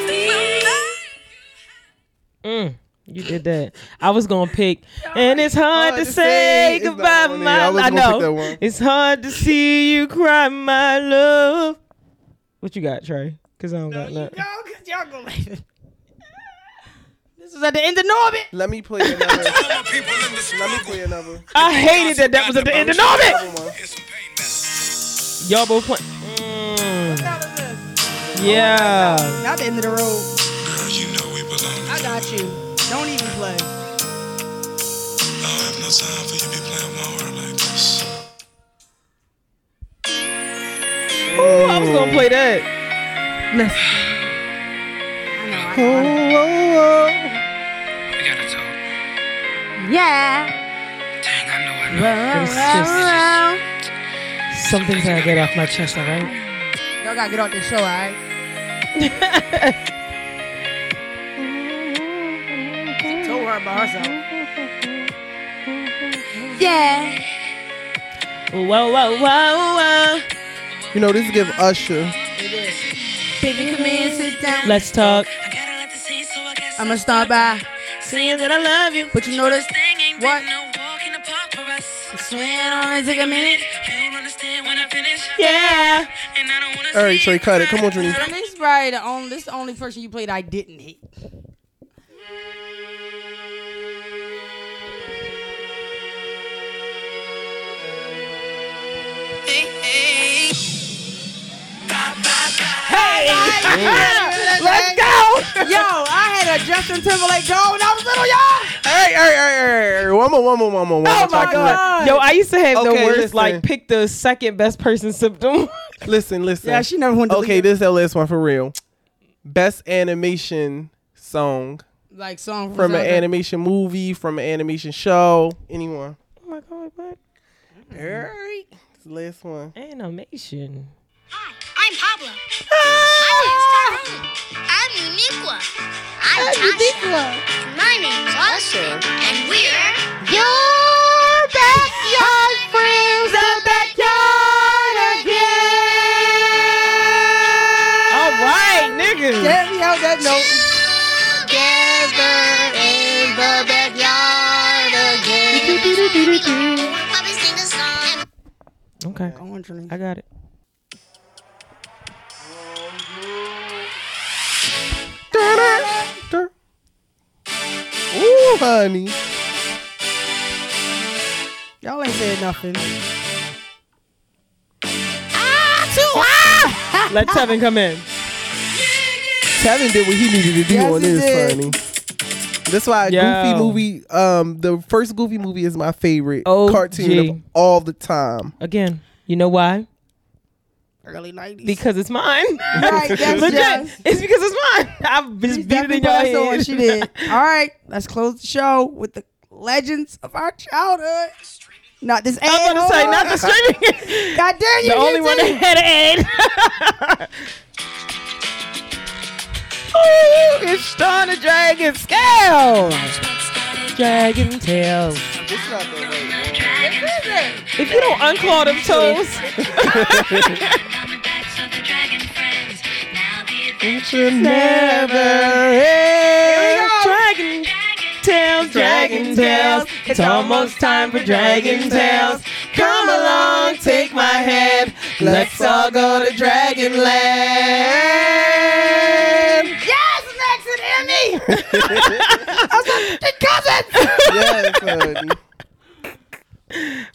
Mm, you did that. I was gonna pick, and it's hard, to, say,
It's not
goodbye,
on there.
my.
I was
I,
gonna pick
know
that one.
it's hard to see you cry, my love. What you got, Trey? Cause I don't got nothing.
No, cause y'all gonna like it. This is at the end of Norbit.
Let me play another. Let me play another.
I hated that that was at the end of Norbit. Y'all both playing. Yeah.
Not the end of the road.
Girl, you know we belong.
I got you. Don't even play.
I don't have no time for you be playing with my heart like this.
Ooh, I was gonna play that.
We gotta talk.
Yeah.
Dang, I know, I know.
It's just something's gonna get off my chest, alright?
Y'all gotta get off this show, alright? Told her about herself.
Yeah.
Whoa, whoa, whoa, whoa.
You know, this give Usher.
Baby, come in, sit down.
Let's talk.
I'ma start by
Saying that I love you.
But you notice
Thing ain't
What?
been no walk in the park for us.
I swear it only took a minute.
You don't understand when I finish.
Yeah.
And I don't wanna
All right,
see
Trey,
you
cut it.
cry.
Come on, Trini.
And this is probably the only this is the only person you played I didn't hit.
Let's go.
Yo, I had a Justin Timberlake go when I was little, y'all.
All right, all right, all right, all right, all right. One more, one more, one more. one more
Oh my
chocolate.
God.
Yo, I used to have the
Okay,
worst,
listen.
like, pick the second best person symptom.
Listen, listen.
Yeah, she never wanted to
okay,
leave.
this is the last one for real. Best animation song
like song
from an
Zelda.
animation movie, from an animation show, anyone.
oh my god, what?
All right. This is the last one.
Animation.
Hi, I'm Pablo.
Ah!
My name's Tyrone. I'm Uniqua. I'm Tasha. My name's Usher. And we're your backyard friends. The backyard
All right, niggas.
Damn, yo, that note.
Okay, I got it.
Dur. Ooh, honey.
Y'all ain't saying nothing.
Ah,
Let Tevin come in.
Kevin did what he needed to do
Yes,
on
he
this,
did.
honey. That's why
Yo.
Goofy movie, um, the first Goofy movie is my favorite
OG.
cartoon of all the time.
Again, you know why?
Early 90s.
Because it's mine.
Right, yes,
Legit.
yes.
It's because it's mine. I've
She
just beat it
definitely
in your
passed on
head.
what she did. All right, let's close the show with the legends of our childhood. Not this ad.
I'm about
hold
to say,
on.
not the streaming.
God damn you.
the only one that had an ad. Ooh, it's starting to dragon scale. Dragon tails. If you don't unclaw them toes, Dragon tails, dragon tails. It's almost time for dragon tails. Come along, take my hand. Let's all go to Dragon Land.
Yes, honey.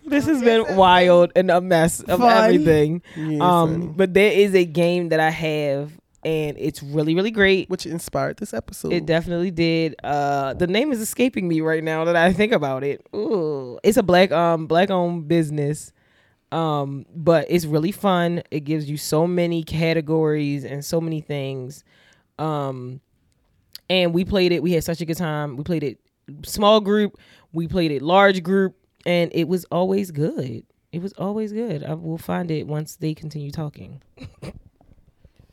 This has been wild and a mess of
Fun.
everything.
Yes, honey.
Um, but there is a game that I have, and it's really, really great.
Which inspired this episode.
It definitely did. Uh, the name is escaping me right now that I think about it. Ooh, it's a black um black owned business. Um, but it's really fun. It gives you so many categories and so many things. Um, and we played it. We had such a good time. We played it small group. We played it large group, and it was always good. It was always good. I will find it once they continue talking.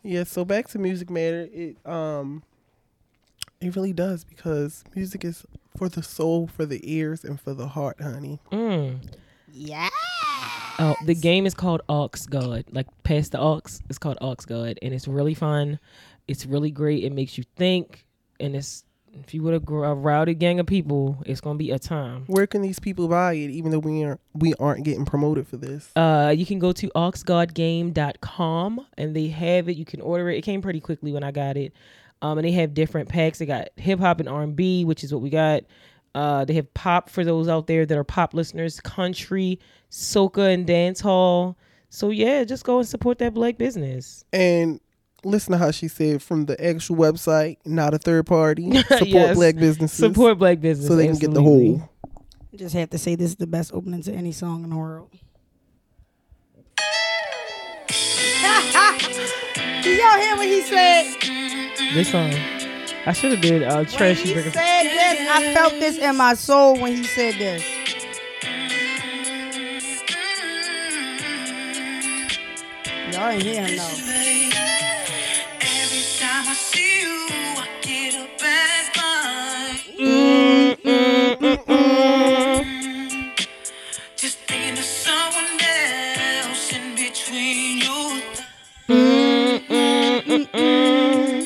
Yeah, so back to Music Matter, it um it really does because music is for the soul, for the ears, and for the heart, honey.
Mm.
Yeah.
Oh, the game is called Ox God. Like past the Ox, it's called Ox God, and it's really fun. It's really great. It makes you think, and it's if you were a, gr- a routed gang of people, it's gonna be a time.
Where can these people buy it even though we aren't we aren't getting promoted for this?
Uh, you can go to oxgodgame.com and they have it. You can order it. It came pretty quickly when I got it. Um, and they have different packs. They got hip hop and R and B, which is what we got. Uh, they have pop for those out there that are pop listeners, country, soca and dance hall, So yeah, just go and support that black business.
And listen to how she said from the actual website, not a third party. Support
Yes.
black businesses.
Support black business
so they can get the
absolutely.
whole.
Just have to say this is the best opening to any song in the world. Do y'all hear what he said?
This song. I should have did uh, trashy.
He said
Breaker-
this. I felt this in my soul when he said this. Y'all ain't hear him though.
Mm-hmm. Just thinking of someone else in between you. And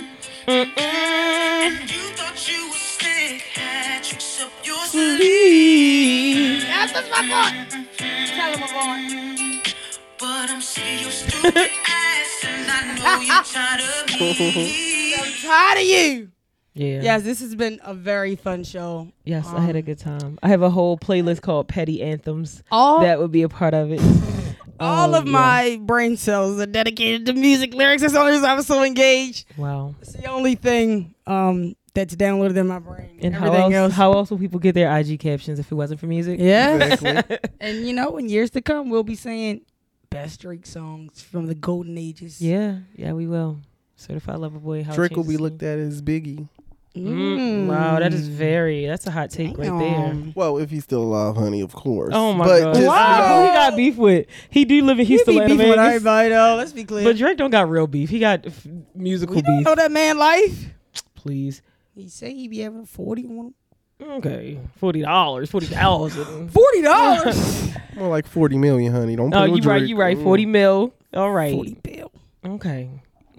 you thought you were slick, had tricks up your sleeve.
That's just my fault. Tell him, Yvonne.
But I'm seeing your stupid ass, and I know you're tired of me.
I'm tired of you.
yeah.
Yes, this has been a very fun show.
Yes, I
Um,
had a good time. I have a whole playlist called Petty Anthems.
All
That would be a part of it.
all
Oh,
of my brain cells are dedicated to music lyrics. That's the only reason I was so engaged.
yeah. wow.
It's the only thing um, that's downloaded in my brain.
And how
Everything
else,
else.
how else will people get their IG captions if it wasn't for music?
yeah.
Exactly.
And you know, in years to come, we'll be saying best Drake songs from the golden ages.
Yeah, yeah, we will. Certified lover boy. How
Drake will be looked at as Biggie.
Mm, wow, that is very. That's a hot take right there.
Damn.
Well, if he's still alive, honey, of course.
Oh my
but
god.
Just,
wow.
you
Who
know,
he got beef with? He do live in
He
Houston,
be beefing with
Atlanta, Vegas.
everybody though. Let's be clear.
But Drake don't got real beef. He got f- musical
we don't
beef.
know that man life.
Please.
He say he be having forty on
Okay, forty dollars, forty thousand.
forty dollars.
more like forty million, honey. Don't.
oh,
play
you
with
right,
Drake.
you right.
Mm.
Forty mil. All right.
forty bill.
Okay.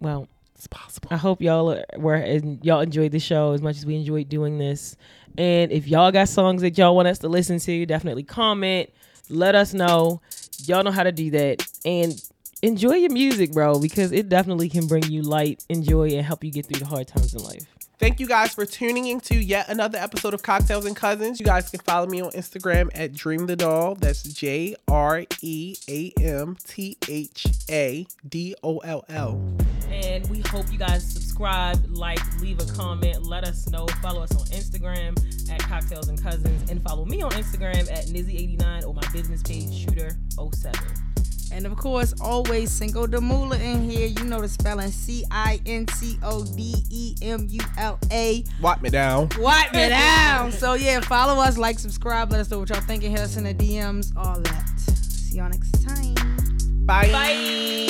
Well,
It's possible.
I hope y'all are- were and y'all enjoyed the show as much as we enjoyed doing this. And if y'all got songs that y'all want us to listen to, definitely comment. Let us know. Y'all know how to do that. And enjoy your music, bro, because it definitely can bring you light and joy and help you get through the hard times in life.
Thank you guys for tuning into yet another episode of Cocktails and Cousins. You guys can follow me on Instagram at Dream the Doll. That's J R E A M T H A D O L L.
And we hope you guys subscribe, like, leave a comment, let us know. Follow us on Instagram at Cocktails and Cousins, and follow me on Instagram at Nizzy89 or my business page, Shooter07.
And of course, always Cinco de Mula in here. You know the spelling C I N C O D E M U L A.
Wipe me down.
Wipe me down. So yeah, follow us, like, subscribe, let us know what y'all thinking. Hit us in the DMs, all that. See y'all next time.
Bye.